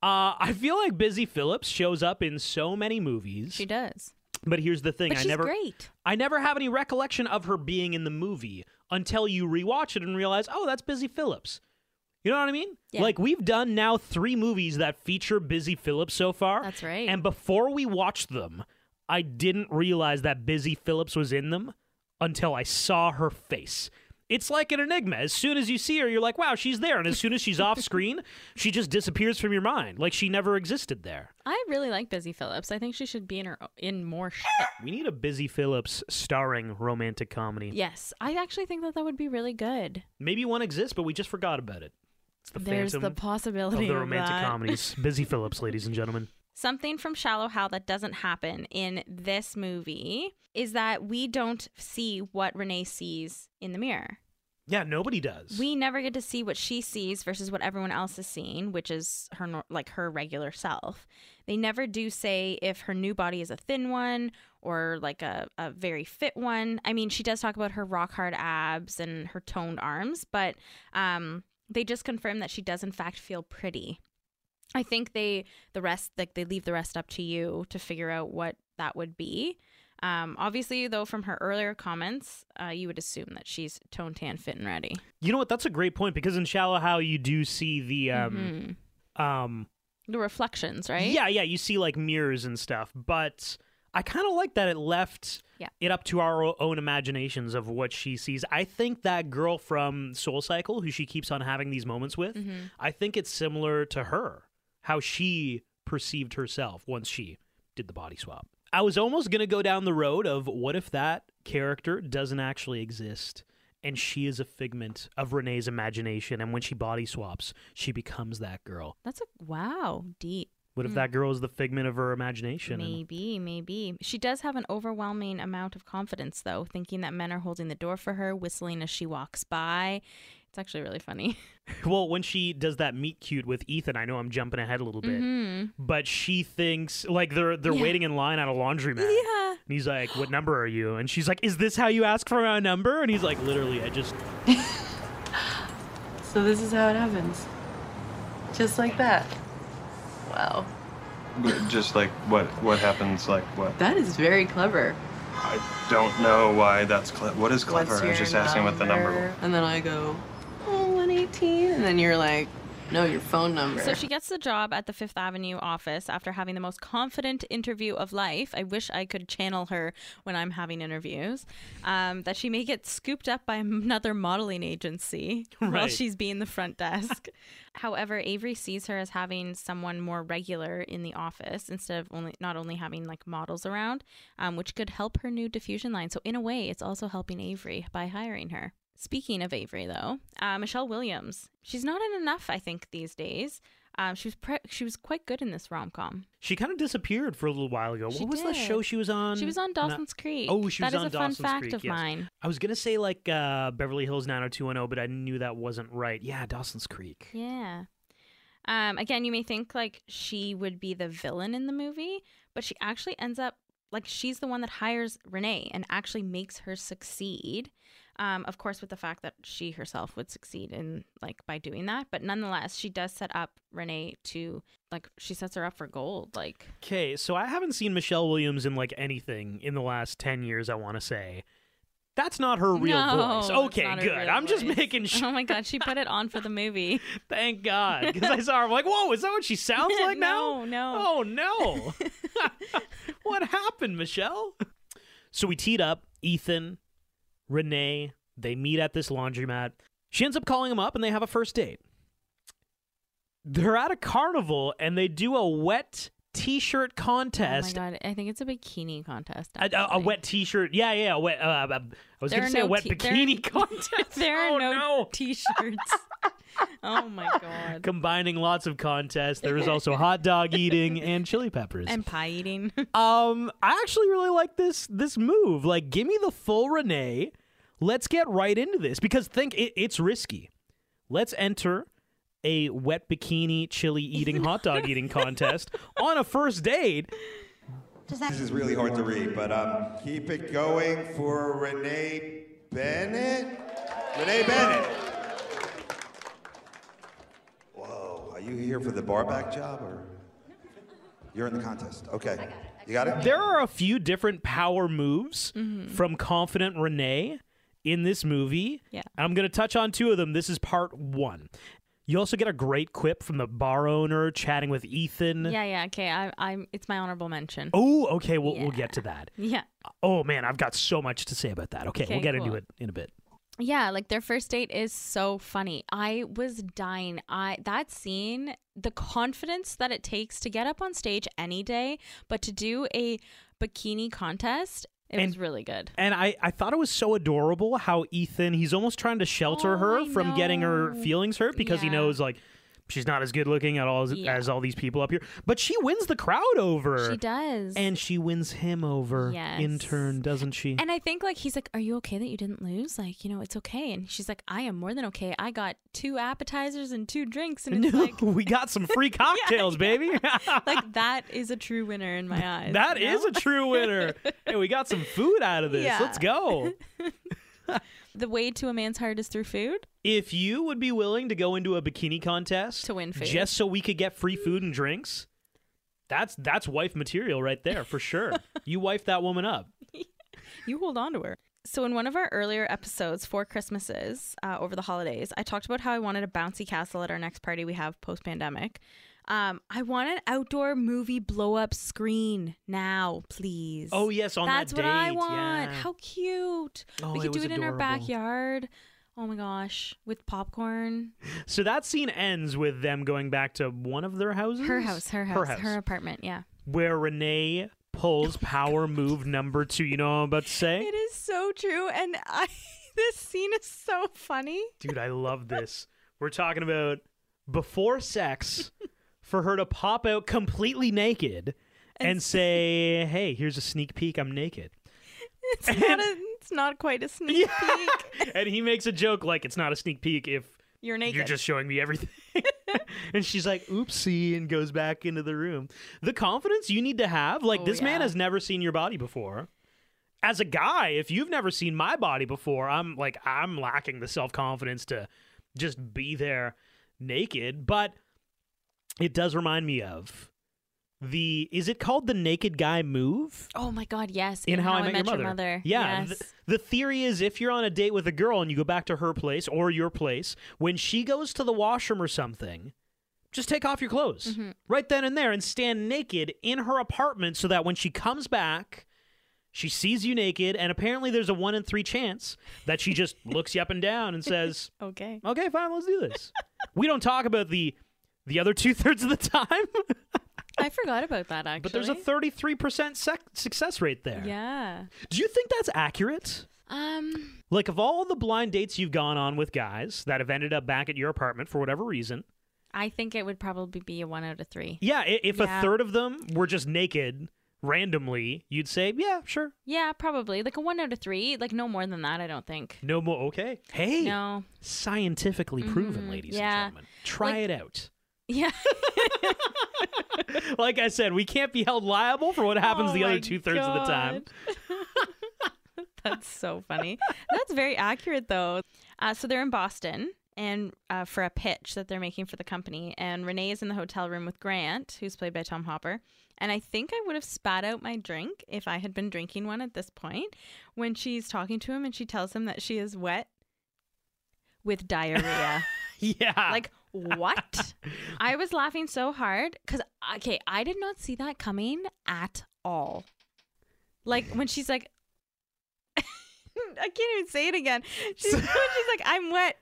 S2: uh, I feel like Busy Phillips shows up in so many movies.
S1: she does.
S2: But here's the thing:
S1: But
S2: I
S1: she's
S2: never,
S1: great.
S2: I never have any recollection of her being in the movie until you rewatch it and realize, oh, that's Busy Phillips. You know what I mean?
S1: Yeah.
S2: Like we've done now three movies that feature Busy Phillips so far.
S1: That's right.
S2: And before we watched them, I didn't realize that Busy Phillips was in them until I saw her face. It's like an enigma. As soon as you see her, you're like, wow, she's there. And as soon as she's off screen, she just disappears from your mind. Like she never existed there.
S1: I really like Busy Phillips. I think she should be in her in more shit.
S2: We need a Busy Phillips starring romantic comedy.
S1: yes, I actually think that that would be really good.
S2: Maybe one exists, but we just forgot about it. It's the
S1: There's
S2: phantom
S1: the possibility
S2: of the romantic
S1: that. [LAUGHS]
S2: comedies. Busy Phillips, ladies and gentlemen.
S1: Something from Shallow Hal that doesn't happen in this movie is that we don't see what Renee sees in the mirror.
S2: Yeah, nobody does.
S1: We never get to see what she sees versus what everyone else is seeing, which is her nor- like her regular self. They never do say if her new body is a thin one or like a, a very fit one. I mean, she does talk about her rock hard abs and her toned arms, but um, they just confirm that she does in fact feel pretty. I think they the rest like they leave the rest up to you to figure out what that would be. Um, obviously, though, from her earlier comments, uh, you would assume that she's toned, tan, fit, and ready.
S2: you know what? That's a great point because in Shallow How you do see the um
S1: Mm-hmm.
S2: um
S1: the reflections, right?
S2: yeah yeah you see like mirrors and stuff, but I kind of like that it left
S1: Yeah.
S2: it up to our o- own imaginations of what she sees. I think that girl from Soul Cycle who she keeps on having these moments with,
S1: Mm-hmm.
S2: I think it's similar to her how she perceived herself once she did the body swap. I was almost going to go down the road of what if that character doesn't actually exist and she is a figment of Renee's imagination and when she body swaps, she becomes that girl.
S1: That's a wow, deep.
S2: What if that girl is the figment of her imagination? and-
S1: Hmm. Maybe, maybe. She does have an overwhelming amount of confidence though, thinking that men are holding the door for her, whistling as she walks by. It's actually really funny. [LAUGHS]
S2: Well, when she does that meet cute with Ethan, I know I'm jumping ahead a little bit,
S1: Mm-hmm.
S2: but she thinks like they're they're waiting in line at a laundromat. Yeah. And he's like, "What number are you?" And she's like, "Is this how you ask for a number?" And he's like, "Literally, I just
S4: So this is how it happens. Just like that. Wow.
S8: But Just like what what happens, like what?
S4: That is very clever.
S8: I don't know why that's cle What is clever? I was just asking what the number was.
S4: And then I go, oh, 118. And then you're like, no, your phone number.
S1: So she gets the job at the Fifth Avenue office after having the most confident interview of life. I wish I could channel her when I'm having interviews. Um, that she may get scooped up by another modeling agency while
S2: Right.
S1: she's being the front desk. [LAUGHS] However, Avery sees her as having someone more regular in the office instead of only not only having like models around, um, which could help her new diffusion line. So in a way, it's also helping Avery by hiring her. Speaking of Avery, though, uh, Michelle Williams, she's not in enough, I think, these days. Um, she was pre- she was quite good in this rom com.
S2: she kind of disappeared for a little while ago.
S1: She
S2: what was the
S1: did.
S2: show she was on?
S1: She was on
S2: Not-
S1: Dawson's Creek.
S2: Oh, she was
S1: That is
S2: on
S1: a fun
S2: Dawson's
S1: fact
S2: Creek,
S1: of
S2: yes.
S1: mine.
S2: I was gonna say like uh, Beverly Hills 90210, oh, but I knew that wasn't right. Yeah, Dawson's Creek.
S1: Yeah. Um, again, you may think like she would be the villain in the movie, but she actually ends up like she's the one that hires Renee and actually makes her succeed. Um, of course, with the fact that she herself would succeed in like by doing that, but nonetheless, she does set up Renee to like she sets her up for gold. Like
S2: Okay, so I haven't seen Michelle Williams in like anything in the last 10 years, I want to say. That's not her real
S1: No,
S2: voice.
S1: that's
S2: Okay,
S1: not her
S2: good.
S1: real
S2: I'm just
S1: voice.
S2: making sure.
S1: [LAUGHS] Oh my god, she put it on for the
S2: [LAUGHS]
S1: movie.
S2: Thank God. Because I saw her, I'm like, whoa, is that what
S1: [LAUGHS]
S2: she sounds like
S1: No, no.
S2: now? Oh, no.
S1: [LAUGHS]
S2: [LAUGHS] what happened, Michelle? So we teed up Ethan, Renee. They meet at this laundromat. She ends up calling him up and they have a first date. They're at a carnival and they do a wet t shirt contest.
S1: Oh my god, I think it's a bikini contest.
S2: A, uh, a, a
S1: actually.
S2: wet T-shirt, yeah, yeah. A wet, uh, uh, I was
S1: There
S2: going
S1: are
S2: to say
S1: [LAUGHS]
S2: a
S1: no
S2: wet
S1: t- there-
S2: Oh, [LAUGHS] bikini contest.
S1: There are
S2: oh,
S1: no,
S2: no.
S1: t-shirts. Oh my god.
S2: Combining lots of contests, there
S1: [LAUGHS]
S2: was also hot dog eating and chili peppers.
S1: And pie eating. [LAUGHS]
S2: Um, I actually really like this this move. Like, give me the full Renee. Let's get right into this because think it, it's risky. Let's enter a wet bikini chili
S1: [LAUGHS]
S2: eating hot dog eating contest on a first date.
S9: This is really hard to read, but um, keep it going for Renee Bennett. Renee Bennett. Whoa, are you here for the barback job or? You're in the contest. Okay. You got it?
S2: There are a few different power moves
S1: Mm-hmm.
S2: from confident Renee in this movie.
S1: Yeah.
S2: I'm going to touch on two of them. This is part one. You also get a great quip from the bar owner chatting with Ethan.
S1: yeah, yeah, okay. I I'm it's my honorable mention.
S2: Oh, okay. We'll, we'll get to that.
S1: Yeah.
S2: Oh, man. I've got so much to say about that. Okay.
S1: Okay,
S2: we'll get
S1: cool.
S2: into it in a bit.
S1: Yeah, like their first date is so funny. I was dying. I that scene, the confidence that it takes to get up on stage any day, but to do a bikini contest, it was
S2: And-
S1: really good.
S2: And I, I thought it was so adorable how Ethan, he's almost trying to shelter
S1: Oh,
S2: her
S1: I
S2: from getting her
S1: know.
S2: feelings hurt because he
S1: Yeah.
S2: knows, like, she's not as good looking at all as,
S1: Yeah.
S2: as all these people up here. But she wins the crowd over.
S1: She does.
S2: And she wins him over in
S1: Yes.
S2: turn, doesn't she?
S1: And I think like he's like, "Are you okay that you didn't lose? Like, you know, it's okay." And she's like, "I am more than okay. I got two appetizers and two drinks."
S2: [LAUGHS]
S1: And it's like,
S2: we got some
S1: [LAUGHS]
S2: free cocktails, baby. [LAUGHS]
S1: like that is a true winner in my eyes.
S2: that
S1: you
S2: is
S1: know?
S2: a true winner. hey, we got some food out of this.
S1: Yeah.
S2: Let's go.
S1: [LAUGHS] the way to a man's heart is through food.
S2: If you would be willing to go into a bikini contest
S1: To win food.
S2: just so we could get free food and drinks, that's that's wife material right there for sure.
S1: [LAUGHS]
S2: you wife that woman up.
S1: You hold on to her. So, in one of our earlier episodes, Four Christmases uh, over the holidays, I talked about how I wanted a bouncy castle at our next party we have post pandemic. Um, I want an outdoor movie blow up screen now, please.
S2: Oh yes, on
S1: That's
S2: that date.
S1: what I want.
S2: yeah.
S1: How cute.
S2: Oh,
S1: we
S2: it
S1: could do
S2: was
S1: it in our
S2: adorable.
S1: backyard. Oh my gosh, with popcorn.
S2: So that scene ends with them going back to one of their houses.
S1: Her house, her house, her, apartment. Yeah.
S2: where Renee
S1: [LAUGHS]
S2: pulls power move number two. You know what I'm about to say?
S1: It is so true. And I, [LAUGHS] this scene is so funny.
S2: Dude, I love this. We're talking about before sex for her to pop out completely naked and, say, hey, here's a sneak peek, I'm naked.
S1: It's not, a, it's not quite a sneak
S2: [LAUGHS]
S1: peek.
S2: and he makes a joke like, it's not a sneak peek if
S1: You're naked.
S2: you're just showing me everything. [LAUGHS] and she's like, oopsie, and goes back into the room. The confidence you need to have, like,
S1: Oh,
S2: this man
S1: yeah.
S2: has never seen your body before. As a guy, if you've never seen my body before, I'm like, I'm lacking the self confidence to just be there naked. But it does remind me of the is it called the naked guy move?
S1: Oh my God, yes.
S2: in, How, I, Met, Your Mother. Yeah. th-
S1: Yes.
S2: the theory is if you're on a date with a girl and you go back to her place or your place, when she goes to the washroom or something, just take off your clothes right then and there and stand naked in her apartment so that when she comes back, she sees you naked. And apparently, there's a one in three chance that she [LAUGHS] just looks you up and down and says, [LAUGHS]
S1: okay.
S2: okay, fine, let's do this. we don't talk about the. The other two thirds of the [LAUGHS] time,
S1: I forgot about that actually.
S2: but there's a 33% sec- success rate there.
S1: Yeah.
S2: Do you think that's accurate?
S1: Um.
S2: Like, of all the blind dates you've gone on with guys that have ended up back at your apartment for whatever reason,
S1: I think it would probably be a one out of three.
S2: yeah, i- if a
S1: Yeah.
S2: third of them were just naked randomly, you'd say, yeah, sure.
S1: Yeah, probably like a one out of three. Like no more than that, I don't think.
S2: No more, okay. Hey,
S1: No. [LAUGHS]
S2: scientifically proven,
S1: Mhm,
S2: ladies
S1: yeah.
S2: and gentlemen. Try
S1: Like-
S2: it out.
S1: Yeah.
S2: Like I said, we can't be held liable for what happens
S1: Oh
S2: the
S1: my
S2: other two thirds of the time.
S1: God. [LAUGHS] That's so funny. That's very accurate, though. Uh, so they're in Boston and uh, for a pitch that they're making for the company. And Renee is in the hotel room with Grant, who's played by Tom Hopper. And I think I would have spat out my drink if I had been drinking one at this point when she's talking to him and she tells him that she is wet with diarrhea.
S2: [LAUGHS] Yeah.
S1: [LAUGHS] like, what? I was laughing so hard because, okay, I did not see that coming at all. Like, when she's like, [LAUGHS] I can't even say it again. She's, she's
S2: [LAUGHS]
S1: like, I'm wet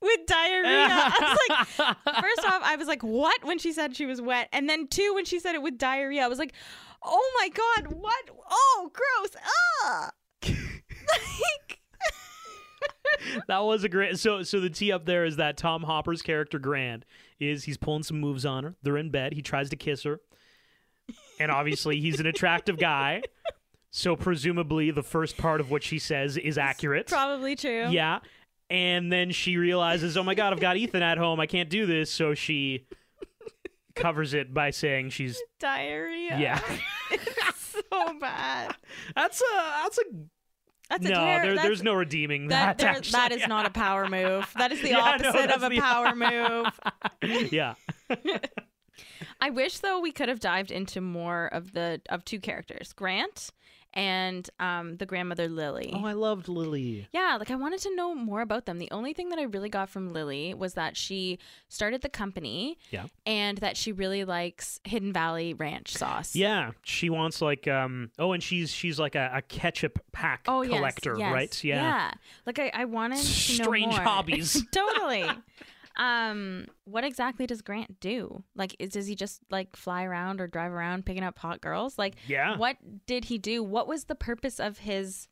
S1: with diarrhea. I was like,
S2: [LAUGHS]
S1: first off, I was like, what? When she said she was wet. And then, two, when she said it with diarrhea, I was like, oh my God, what? Oh, gross. Ah. like,
S2: that was a great. So so the tee up there is that Tom Hopper's character Grant is he's pulling some moves on her. They're in bed. He tries to kiss her, and obviously he's an attractive guy. So presumably the first part of what she says is accurate.
S1: Probably true.
S2: Yeah. And then she realizes, oh my God, I've got Ethan at home. I can't do this. So she covers it by saying she's,
S1: [LAUGHS] Diarrhea.
S2: yeah.
S1: [LAUGHS] so bad.
S2: That's a, that's a,
S1: That's
S2: no,
S1: a terror.
S2: there,
S1: that's,
S2: there's no redeeming
S1: that.
S2: that.
S1: there-
S2: actually.
S1: that is not a power move. That [LAUGHS] is the
S2: Yeah, I know,
S1: opposite of
S2: that's
S1: a
S2: the-
S1: power move.
S2: [LAUGHS] yeah.
S1: [LAUGHS] I wish though we could have dived into more of the of two characters, Grant and um, the grandmother Lily.
S2: Oh, I loved Lily.
S1: Yeah, like I wanted to know more about them. The only thing that I really got from Lily was that she started the company
S2: Yeah.
S1: and that she really likes Hidden Valley ranch sauce.
S2: Yeah, she wants like um. Oh, and she's she's like a, a ketchup pack
S1: Oh, yes,
S2: collector,
S1: yes,
S2: right? Yeah.
S1: Like I, I wanted to know
S2: Strange
S1: more. [LAUGHS]
S2: hobbies. [LAUGHS]
S1: totally. Um, what exactly does Grant do? Like, is does he just like fly around or drive around picking up hot girls? Like,
S2: Yeah.
S1: What did he do? What was the purpose of his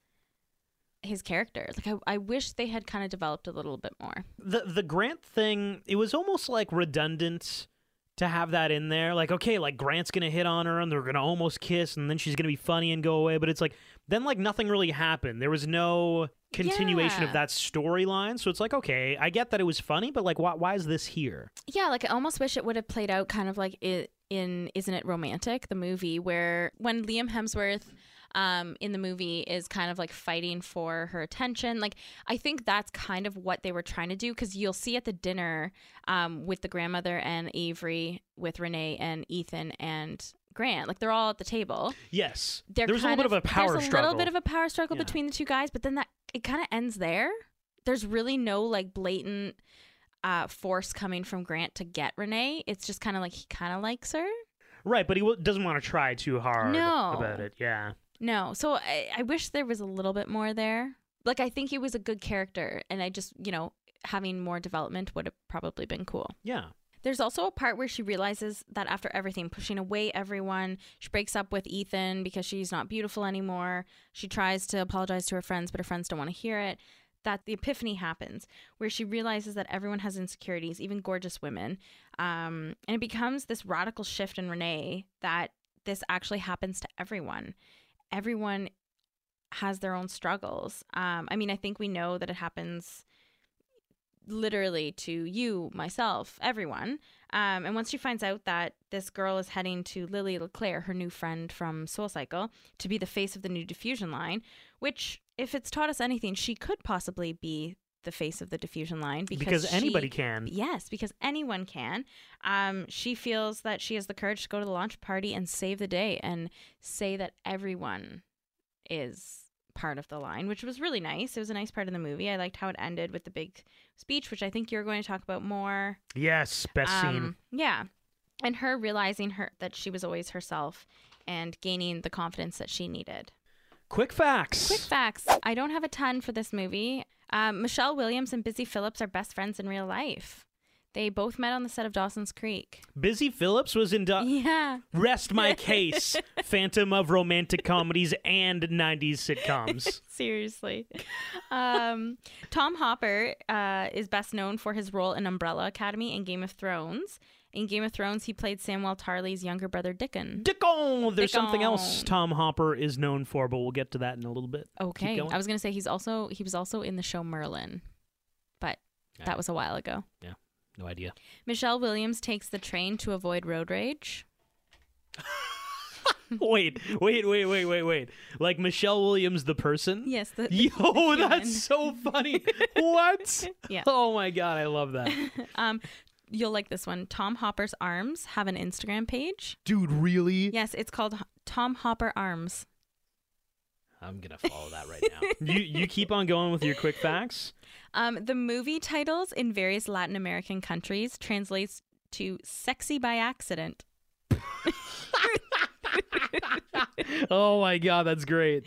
S1: his character? Like, I, I wish they had kind of developed a little bit more.
S2: The the Grant thing, it was almost like redundant to have that in there. Like, okay, like Grant's gonna hit on her and they're gonna almost kiss, and then she's gonna be funny and go away. But it's like then like nothing really happened. There was no continuation
S1: Yeah.
S2: of that storyline. So it's like, okay, I get that it was funny, but like, why why is this here?
S1: Yeah, like I almost wish it would have played out kind of like it in Isn't It Romantic, the movie where when Liam Hemsworth um, in the movie is kind of like fighting for her attention. Like I think that's kind of what they were trying to do because you'll see at the dinner um, with the grandmother and Avery, with Renee and Ethan and Grant, like they're all at the table.
S2: Yes,
S1: They're
S2: there was a
S1: kind
S2: little bit of a power
S1: there's a
S2: struggle.
S1: little bit of a power struggle
S2: Yeah.
S1: between the two guys, but then that it kind of ends there. There's really no like blatant uh, force coming from Grant to get Renee. It's just kind of like he kind of likes her.
S2: right, but he w- doesn't want to try too hard
S1: No.
S2: about it. Yeah.
S1: No, so I, I wish there was a little bit more there. Like I think he was a good character, and I just you know having more development would have probably been cool.
S2: Yeah.
S1: There's also a part where she realizes that after everything, pushing away everyone, she breaks up with Ethan because she's not beautiful anymore. She tries to apologize to her friends, but her friends don't want to hear it. That the epiphany happens where she realizes that everyone has insecurities, even gorgeous women. Um, and it becomes this radical shift in Renee that this actually happens to everyone. Everyone has their own struggles. Um, I mean, I think we know that it happens literally to you, myself, everyone. Um, and once she finds out that this girl is heading to Lily LeClaire, her new friend from Soul Cycle, to be the face of the new diffusion line, which, if it's taught us anything, she could possibly be the face of the diffusion line because,
S2: Because anybody
S1: she-
S2: can.
S1: Yes, because anyone can. Um, she feels that she has the courage to go to the launch party and save the day and say that everyone is part of the line, which was really nice. It was a nice part of the movie. I liked how it ended with the big speech, which I think you're going to talk about more.
S2: Yes, best scene.
S1: Um, yeah. And her realizing her that she was always herself and gaining the confidence that she needed.
S2: Quick facts.
S1: Quick facts. I don't have a ton for this movie. Um, Michelle Williams and Busy Phillips are best friends in real life. They both met on the set of Dawson's Creek.
S2: Busy Phillips was in
S1: [LAUGHS]
S2: Do-
S1: yeah.
S2: Rest My
S1: [LAUGHS]
S2: Case, Phantom of Romantic Comedies and
S1: [LAUGHS]
S2: 90s sitcoms.
S1: Seriously. Um, Tom Hopper uh, is best known for his role in Umbrella Academy and Game of Thrones. In Game of Thrones, he played Samwell Tarley's younger brother, Dickon.
S2: Dickon! There's something else
S1: Dickon.
S2: Tom Hopper is known for, but we'll get to that in a little bit. Keep
S1: Okay,
S2: going.
S1: I was gonna say he's also he was also in the show Merlin, but that was a while ago. [LAUGHS]
S2: no idea.
S1: Michelle Williams takes the train to avoid road rage.
S2: Wait, wait, wait, wait, wait, wait. Like Michelle Williams, the person?
S1: Yes, the,
S2: Yo, that's so
S1: [LAUGHS]
S2: funny. what?
S1: Yeah.
S2: Oh my God, I love that.
S1: um, you'll like this one. Tom Hopper's arms have an Instagram page.
S2: Dude, really?
S1: Yes, it's called H- Tom Hopper Arms.
S2: I'm going to follow that right now. [LAUGHS] you, you keep on going with your quick facts.
S1: Um, the movie titles in various Latin American countries translates to "sexy by accident."
S2: Oh my God, that's great.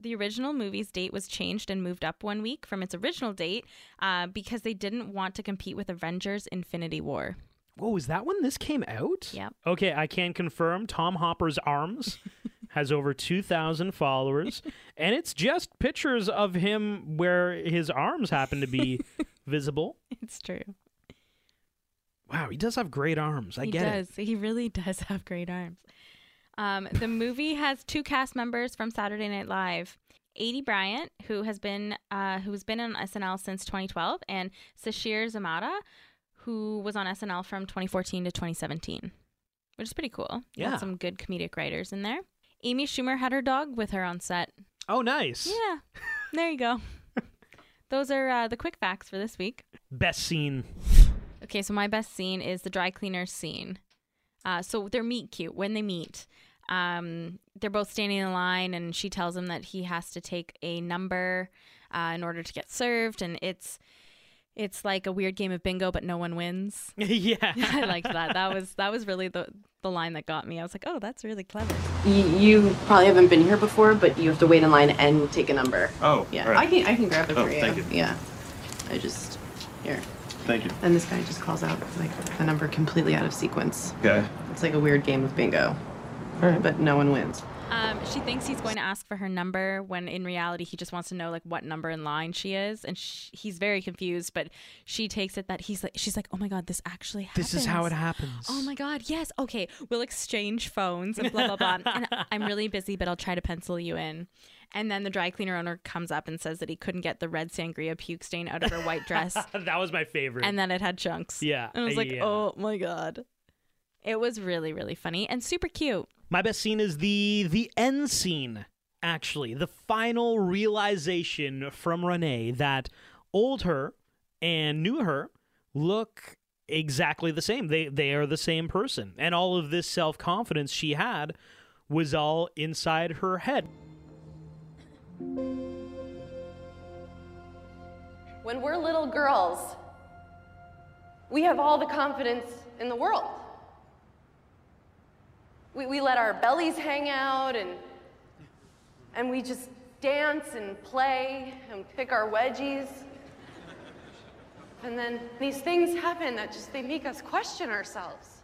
S1: the original movie's date was changed and moved up one week from its original date uh, because they didn't want to compete with Avengers Infinity War. [LAUGHS]
S2: Whoa, was that when this came out?
S1: Yep.
S2: Okay, I can confirm Tom Hopper's arms has over 2,000 followers, and it's just pictures of him where his arms happen to be visible.
S1: It's true.
S2: Wow, he does have great arms. I
S1: he
S2: get
S1: does.
S2: it.
S1: He really [LAUGHS] does have great arms. Um, the movie has two cast members from Saturday Night Live: Adie Bryant, who has been uh, who's been on SNL since 2012, and Sashir Zamata, who was on SNL from 2014 to 2017, which is pretty cool. Got
S2: Yeah.
S1: some good comedic writers in there. Amy Schumer had her dog with her on set.
S2: Oh, nice.
S1: Yeah, there you
S2: [LAUGHS]
S1: go. Those are uh, the quick facts for this week.
S2: Best scene. [LAUGHS]
S1: Okay, so my best scene is the dry cleaners scene. Uh, so they're meet cute when they meet. Um, they're both standing in line, and she tells him that he has to take a number uh, in order to get served, and it's it's like a weird game of bingo, but no one wins. [LAUGHS]
S2: yeah.
S1: I liked that. That was that was really the the line that got me. I was like, oh, that's really clever.
S4: Y- you probably haven't been here before, but you have to wait in line and take a number.
S8: Oh,
S4: Yeah,
S8: all right.
S4: I can I can grab it
S8: Oh,
S4: for you.
S8: thank you.
S4: Yeah, I just here.
S8: Thank you.
S4: And this guy just calls out like the number completely out of sequence.
S8: Okay.
S4: It's like a weird game of bingo, but no one wins.
S1: Um, she thinks he's going to ask for her number when in reality he just wants to know like what number in line she is, and sh he's very confused. But she takes it that he's like she's like, oh my god, this actually happens.
S2: This is how it happens.
S1: Oh my god, yes. Okay, we'll exchange phones and blah blah
S2: [LAUGHS]
S1: blah. and I'm really busy, but I'll try to pencil you in. And then the dry cleaner owner comes up and says that he couldn't get the red sangria puke stain out of her white
S2: [LAUGHS]
S1: dress,
S2: that was my favorite.
S1: and then it had chunks.
S2: Yeah,
S1: and I was like,
S2: yeah.
S1: oh my god, it was really really funny and super cute.
S2: My best scene is the the end scene, actually. The final realization from Renee that old her and new her look exactly the same. They they are the same person. And all of this self-confidence she had was all inside her head.
S10: When we're little girls, we have all the confidence in the world. We, we let our bellies hang out and, and we just dance and play and pick our wedgies. And then these things happen that just they make us question ourselves.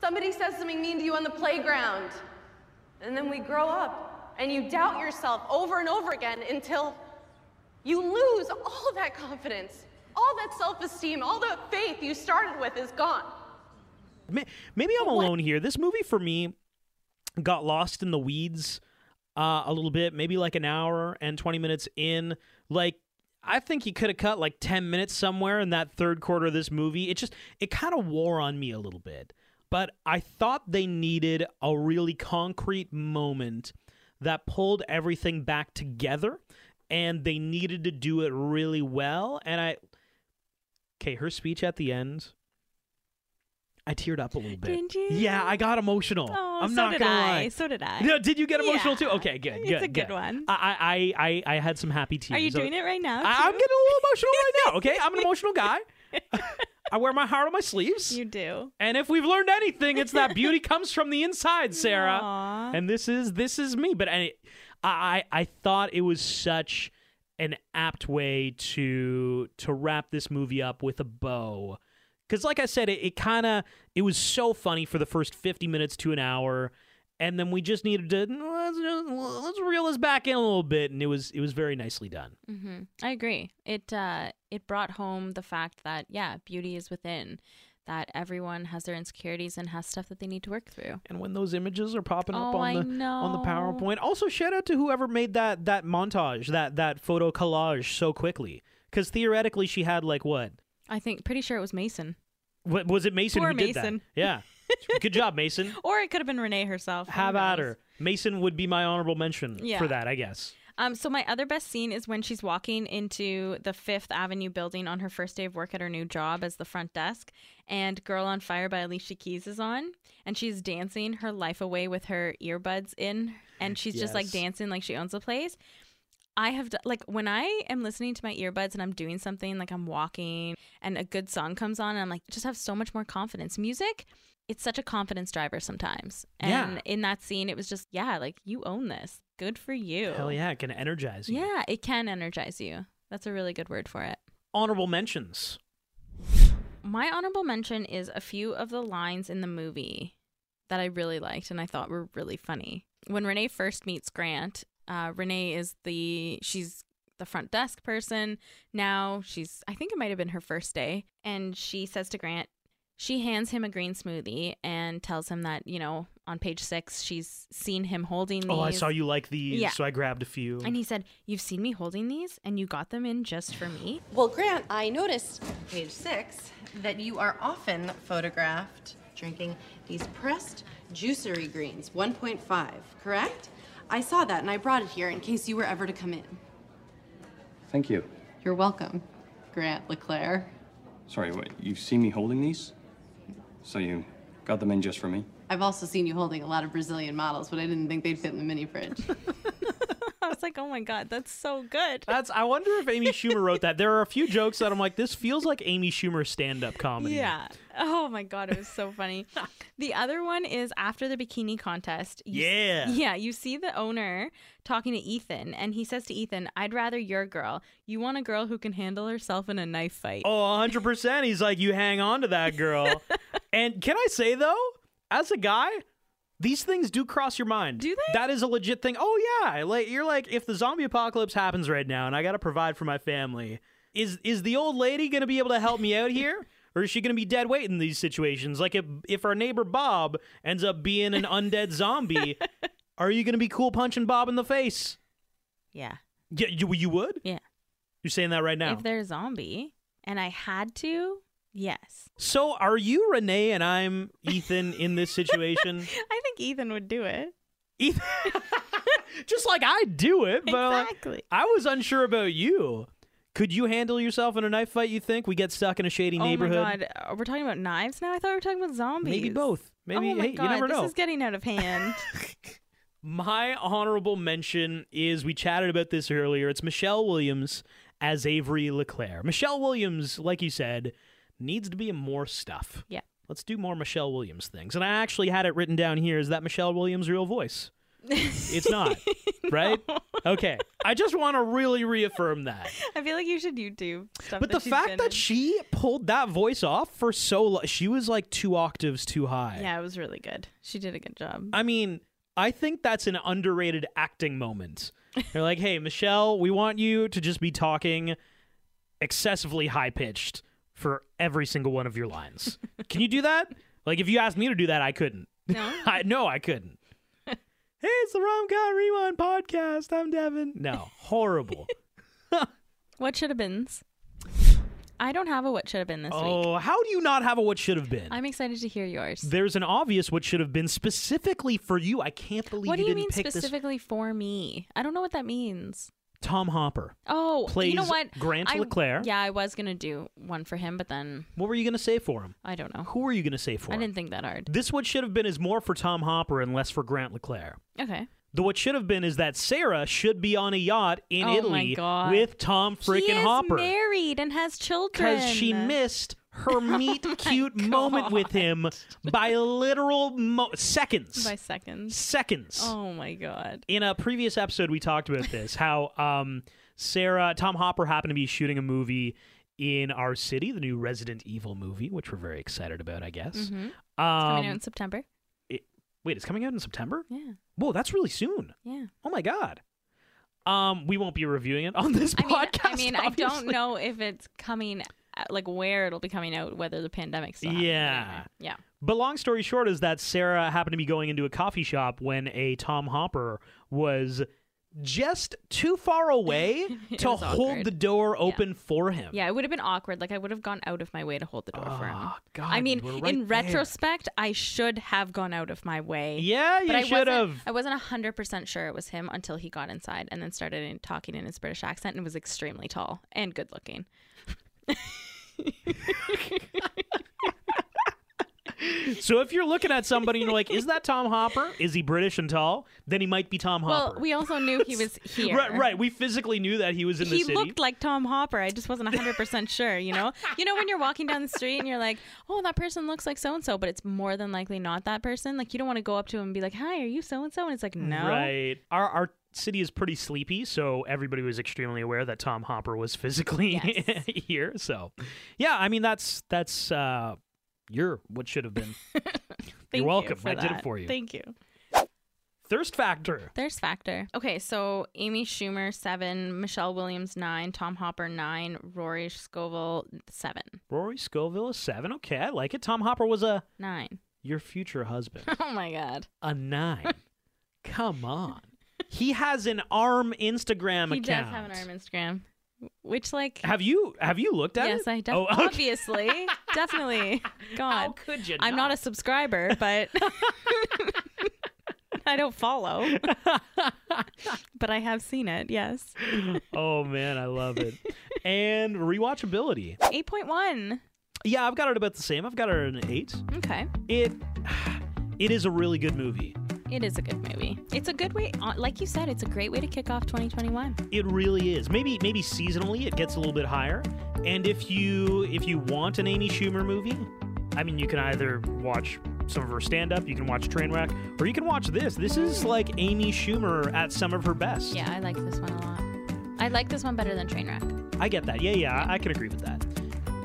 S10: Somebody says something mean to you on the playground. And then we grow up and you doubt yourself over and over again until you lose all that confidence, all that self esteem, all the faith you started with is gone.
S2: Ma- Maybe I'm alone here. This movie for me got lost in the weeds uh, a little bit, maybe like an hour and 20 minutes in. Like, I think you could have cut like 10 minutes somewhere in that third quarter of this movie. It just, it kind of wore on me a little bit. But I thought they needed a really concrete moment that pulled everything back together, and they needed to do it really well. And I, okay, her speech at the end. I teared up a little bit.
S1: Did you?
S2: Yeah, I got emotional.
S1: Oh,
S2: I'm
S1: so
S2: not
S1: did
S2: gonna
S1: I.
S2: lie.
S1: So did I.
S2: No, did you get emotional
S1: Yeah.
S2: too? Okay, good.
S1: It's
S2: good,
S1: a good one.
S2: I, I, I, I had some happy tears.
S1: Are you doing it right now?
S2: I, I'm
S1: too?
S2: getting a little emotional right now. Okay,
S1: [LAUGHS]
S2: I'm an emotional guy. I wear my heart on my sleeves.
S1: You do.
S2: and if we've learned anything, it's that beauty comes from the inside, Sarah.
S1: Aw.
S2: And this is this is me. But I, I, I thought it was such an apt way to to wrap this movie up with a bow. Because, like I said, it, it kind of it was so funny for the first fifty minutes to an hour, and then we just needed to let's, let's reel this back in a little bit, and it was it was very nicely done.
S1: hmm I agree. It uh, it brought home the fact that yeah, beauty is within. That everyone has their insecurities and has stuff that they need to work through.
S2: And when those images are popping up
S1: Oh,
S2: on
S1: I
S2: the on the
S1: know.
S2: PowerPoint, also shout out to whoever made that that montage, that that photo collage so quickly, because theoretically she had like what
S1: I think pretty sure it was Mason,
S2: What was it Mason
S1: Poor
S2: who did
S1: Mason. [LAUGHS]
S2: that? Yeah. Good job, Mason.
S1: or it could have been Renee herself. Who
S2: Have at
S1: knows?
S2: her. Mason would be my honorable mention
S1: Yeah.
S2: for that, I guess.
S1: Um, so my other best scene is when she's walking into the Fifth Avenue building on her first day of work at her new job as the front desk, and "Girl on Fire" by Alicia Keys is on, and she's dancing her life away with her earbuds in, and she's just like
S2: Yes.
S1: dancing like she owns the place. I have d- like when I am listening to my earbuds and I'm doing something like I'm walking and a good song comes on and I'm like just have so much more confidence. Music, it's such a confidence driver sometimes.
S2: Yeah.
S1: And in that scene it was just yeah, like you own this. Good for you.
S2: Hell yeah, it can energize you.
S1: Yeah, it can energize you. That's a really good word for it.
S2: Honorable mentions.
S1: My honorable mention is a few of the lines in the movie that I really liked and I thought were really funny. when Renee first meets Grant, uh, Renee is the she's the front desk person now. She's I think it might have been her first day, and she says to Grant, she hands him a green smoothie and tells him that you know on page six she's seen him holding.
S2: Oh, I
S1: these.
S2: saw you like these,
S1: Yeah.
S2: so I grabbed a few.
S1: And he said, "You've seen me holding these, and you got them in just for me."
S11: Well, Grant, I noticed, page six, that you are often photographed drinking these pressed juicery greens, 1.5, correct? I saw that and I brought it here in case you were ever to come in.
S12: Thank you.
S11: You're welcome, Grant LeClaire.
S12: Sorry, what, you've seen me holding these? So you got them in just for me?
S11: I've also seen you holding a lot of Brazilian models, but I didn't think they'd fit in the mini fridge.
S1: I was like, "Oh my god, that's so good."
S2: That's. I wonder if Amy Schumer wrote that. There are a few jokes that I'm like, this feels like Amy Schumer stand-up comedy.
S1: Yeah. Oh my god, it was so
S2: [LAUGHS]
S1: funny. the other one is after the bikini contest. you s-
S2: Yeah.
S1: yeah, you see the owner talking to Ethan and he says to Ethan, "I'd rather your girl. You want a girl who can handle herself in a knife fight."
S2: Oh, 100%. He's like, you hang on to that girl. and can I say, though, as a guy, these things do cross your mind. Do they? That is a legit thing. Oh, yeah. Like, you're like, if the zombie apocalypse happens right now and I got to provide for my family, is is the old lady going to be able to help me out here? Or is she going to be dead weight in these situations? Like, if, if our neighbor Bob ends up being an undead zombie, are you going to be cool punching Bob in the face?
S1: Yeah.
S2: Yeah, you, you would?
S1: Yeah.
S2: You're saying that right now.
S1: If they're a zombie and I had to, yes.
S2: So are you Renee and I'm Ethan in
S1: [LAUGHS]
S2: this situation?
S1: I think Ethan would do it.
S2: Ethan Just like I do it, but uh,
S1: Exactly.
S2: I was unsure about you. Could you handle yourself in a knife fight, you think? We get stuck in a shady
S1: Oh my
S2: neighborhood.
S1: god, uh, we're talking about knives now. I thought we were talking about zombies.
S2: Maybe both. Maybe
S1: oh my
S2: hey,
S1: god,
S2: you never know.
S1: This is getting out of
S2: [LAUGHS]
S1: hand.
S2: My honorable mention is we chatted about this earlier. It's Michelle Williams as Avery LeClaire. Michelle Williams, like you said, needs to be in more stuff.
S1: Yeah.
S2: Let's do more Michelle Williams things. And I actually had it written down here is that Michelle Williams' real voice? It's not, right? Okay. I just want to really reaffirm that.
S1: I feel like you should YouTube stuff.
S2: But
S1: that
S2: the
S1: she's
S2: fact
S1: been
S2: that
S1: in.
S2: she pulled that voice off for so long, she was like two octaves too high.
S1: Yeah, it was really good. She did a good job.
S2: I mean, I think that's an underrated acting moment. They're like, hey, Michelle, we want you to just be talking excessively high pitched for every single one of your lines. Can you do that? Like, if you asked me to do that, I couldn't.
S1: No.
S2: [LAUGHS] I, no,
S1: [LAUGHS]
S2: I couldn't. hey, it's the Rom Com Rewind podcast. I'm Devin. No,
S1: [LAUGHS]
S2: horrible.
S1: What should have been's? I don't have a what should have been this week.
S2: oh, how do you not have a what should have been?
S1: I'm excited to hear yours.
S2: There's an obvious what should have been specifically for you. I can't believe
S1: What do
S2: you
S1: you
S2: didn't
S1: mean
S2: pick this.
S1: specifically for me? I don't know what that means.
S2: Tom Hopper.
S1: Oh, you know
S2: Plays
S1: what?
S2: Grant
S1: I-
S2: LeClaire.
S1: Yeah, I was gonna do one for him, but then
S2: What were you going to say for him?
S1: I don't know.
S2: Who were you going to say for
S1: I
S2: him?
S1: didn't think that hard.
S2: This what should have been is more for Tom Hopper and less for Grant LeClaire.
S1: Okay.
S2: The what should have been is that Sarah should be on a yacht in
S1: Oh my
S2: Italy
S1: God.
S2: with Tom
S1: He
S2: freaking
S1: is
S2: Hopper
S1: married and has children.
S2: she missed
S1: [LAUGHS] Oh
S2: her meet cute moment with him by literal mo- seconds.
S1: by seconds.
S2: Seconds.
S1: Oh my god.
S2: In a previous episode, we talked about this how um, Sarah, Tom Hopper happened to be shooting a movie in our city, the new Resident Evil movie, which we're very excited about, I guess.
S1: Mhm. It's
S2: Um,
S1: Coming out in September.
S2: it- wait, it's coming out in September?
S1: Yeah.
S2: Whoa, that's really soon.
S1: Yeah.
S2: Oh my God. Um, we won't be reviewing it on [LAUGHS] this
S1: I mean,
S2: podcast.
S1: I mean, I don't
S2: obviously.
S1: know if it's coming, out- like where it'll be coming out, whether the pandemic's still happening.
S2: Yeah.
S1: yeah.
S2: But long story short is that Sarah happened to be going into a coffee shop when a Tom Hopper was just too far away
S1: [LAUGHS] It
S2: to
S1: was
S2: hold
S1: awkward.
S2: the door open for him.
S1: Yeah, it would have been awkward. Like I would have gone out of my way to hold the door for him.
S2: Ah, God,
S1: I mean,
S2: you were
S1: in
S2: right there.
S1: retrospect, I should have gone out of my way.
S2: Yeah,
S1: but
S2: you
S1: I wasn't-
S2: should have.
S1: I wasn't hundred percent sure it was him until he got inside and then started in- talking in his British accent and was extremely tall and good looking.
S2: So if you're looking at somebody and you're like, is
S1: [LAUGHS]
S2: that Tom Hopper? Is he British and tall? Then he might be Tom
S1: Well,
S2: Hopper.
S1: we also knew he was here.
S2: [LAUGHS] Right, right. We physically knew that he was in the
S1: he
S2: city.
S1: looked like Tom Hopper. I just wasn't 100% sure, you know? You know, when you're walking down the street and you're like, oh, that person looks like so and so, but it's more than likely not that person. Like, you don't want to go up to him and be like, hi, are you so and so? And it's like, no.
S2: Right. Our our city is pretty sleepy, so everybody was extremely aware that Tom Hopper was [LAUGHS] physically [LAUGHS] here. So, yeah, I mean that's that's uh
S1: [LAUGHS]
S2: your what should have been. You're
S1: Thank you
S2: welcome.
S1: for
S2: I did it
S1: that.
S2: for you.
S1: Thank you.
S2: Thirst factor.
S1: Thirst factor. Okay, so Amy Schumer seven, Michelle Williams nine, Tom Hopper nine, Rory Scovel seven,
S2: Rory Scoville is seven. Okay, I like it. Tom Hopper was a
S1: nine. [LAUGHS]
S2: your future husband.
S1: Oh my god.
S2: A nine.
S1: [LAUGHS]
S2: Come on. He has an arm Instagram
S1: he
S2: account.
S1: does have an arm Instagram, which like
S2: Have you have you looked at
S1: yes,
S2: it?
S1: I def-
S2: Oh, okay.
S1: obviously
S2: [LAUGHS]
S1: definitely. God, how
S2: could you?
S1: I'm not a subscriber, but [LAUGHS] I don't [LAUGHS] follow. but I have seen it. Yes,
S2: oh man, I
S1: [LAUGHS]
S2: love it. And rewatchability.
S1: eight point one.
S2: Yeah, I've got it about the same. I've got it at an eight.
S1: Okay.
S2: It [SIGHS] it is a really good movie.
S1: It is a good movie. It's a good way, uh, like you said, it's a great way to kick off 2021.
S2: It really is. Maybe maybe seasonally it gets a little bit higher. And if you if you want an Amy Schumer movie, I mean you can either watch some of her stand up, you can watch Trainwreck, or you can watch this. This is like Amy Schumer at some of her best.
S1: Yeah, I like this one a lot. I like this one better than Trainwreck.
S2: I get that. Yeah, yeah, I I can agree with that.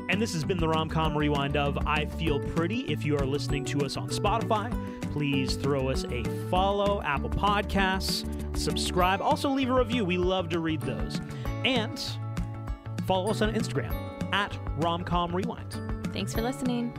S2: And this has been the rom com rewind of I Feel Pretty. If you are listening to us on Spotify, please throw us a follow, Apple Podcasts, subscribe. Also, leave a review. We love to read those. And follow us on Instagram at romcom rewind.
S1: Thanks for listening.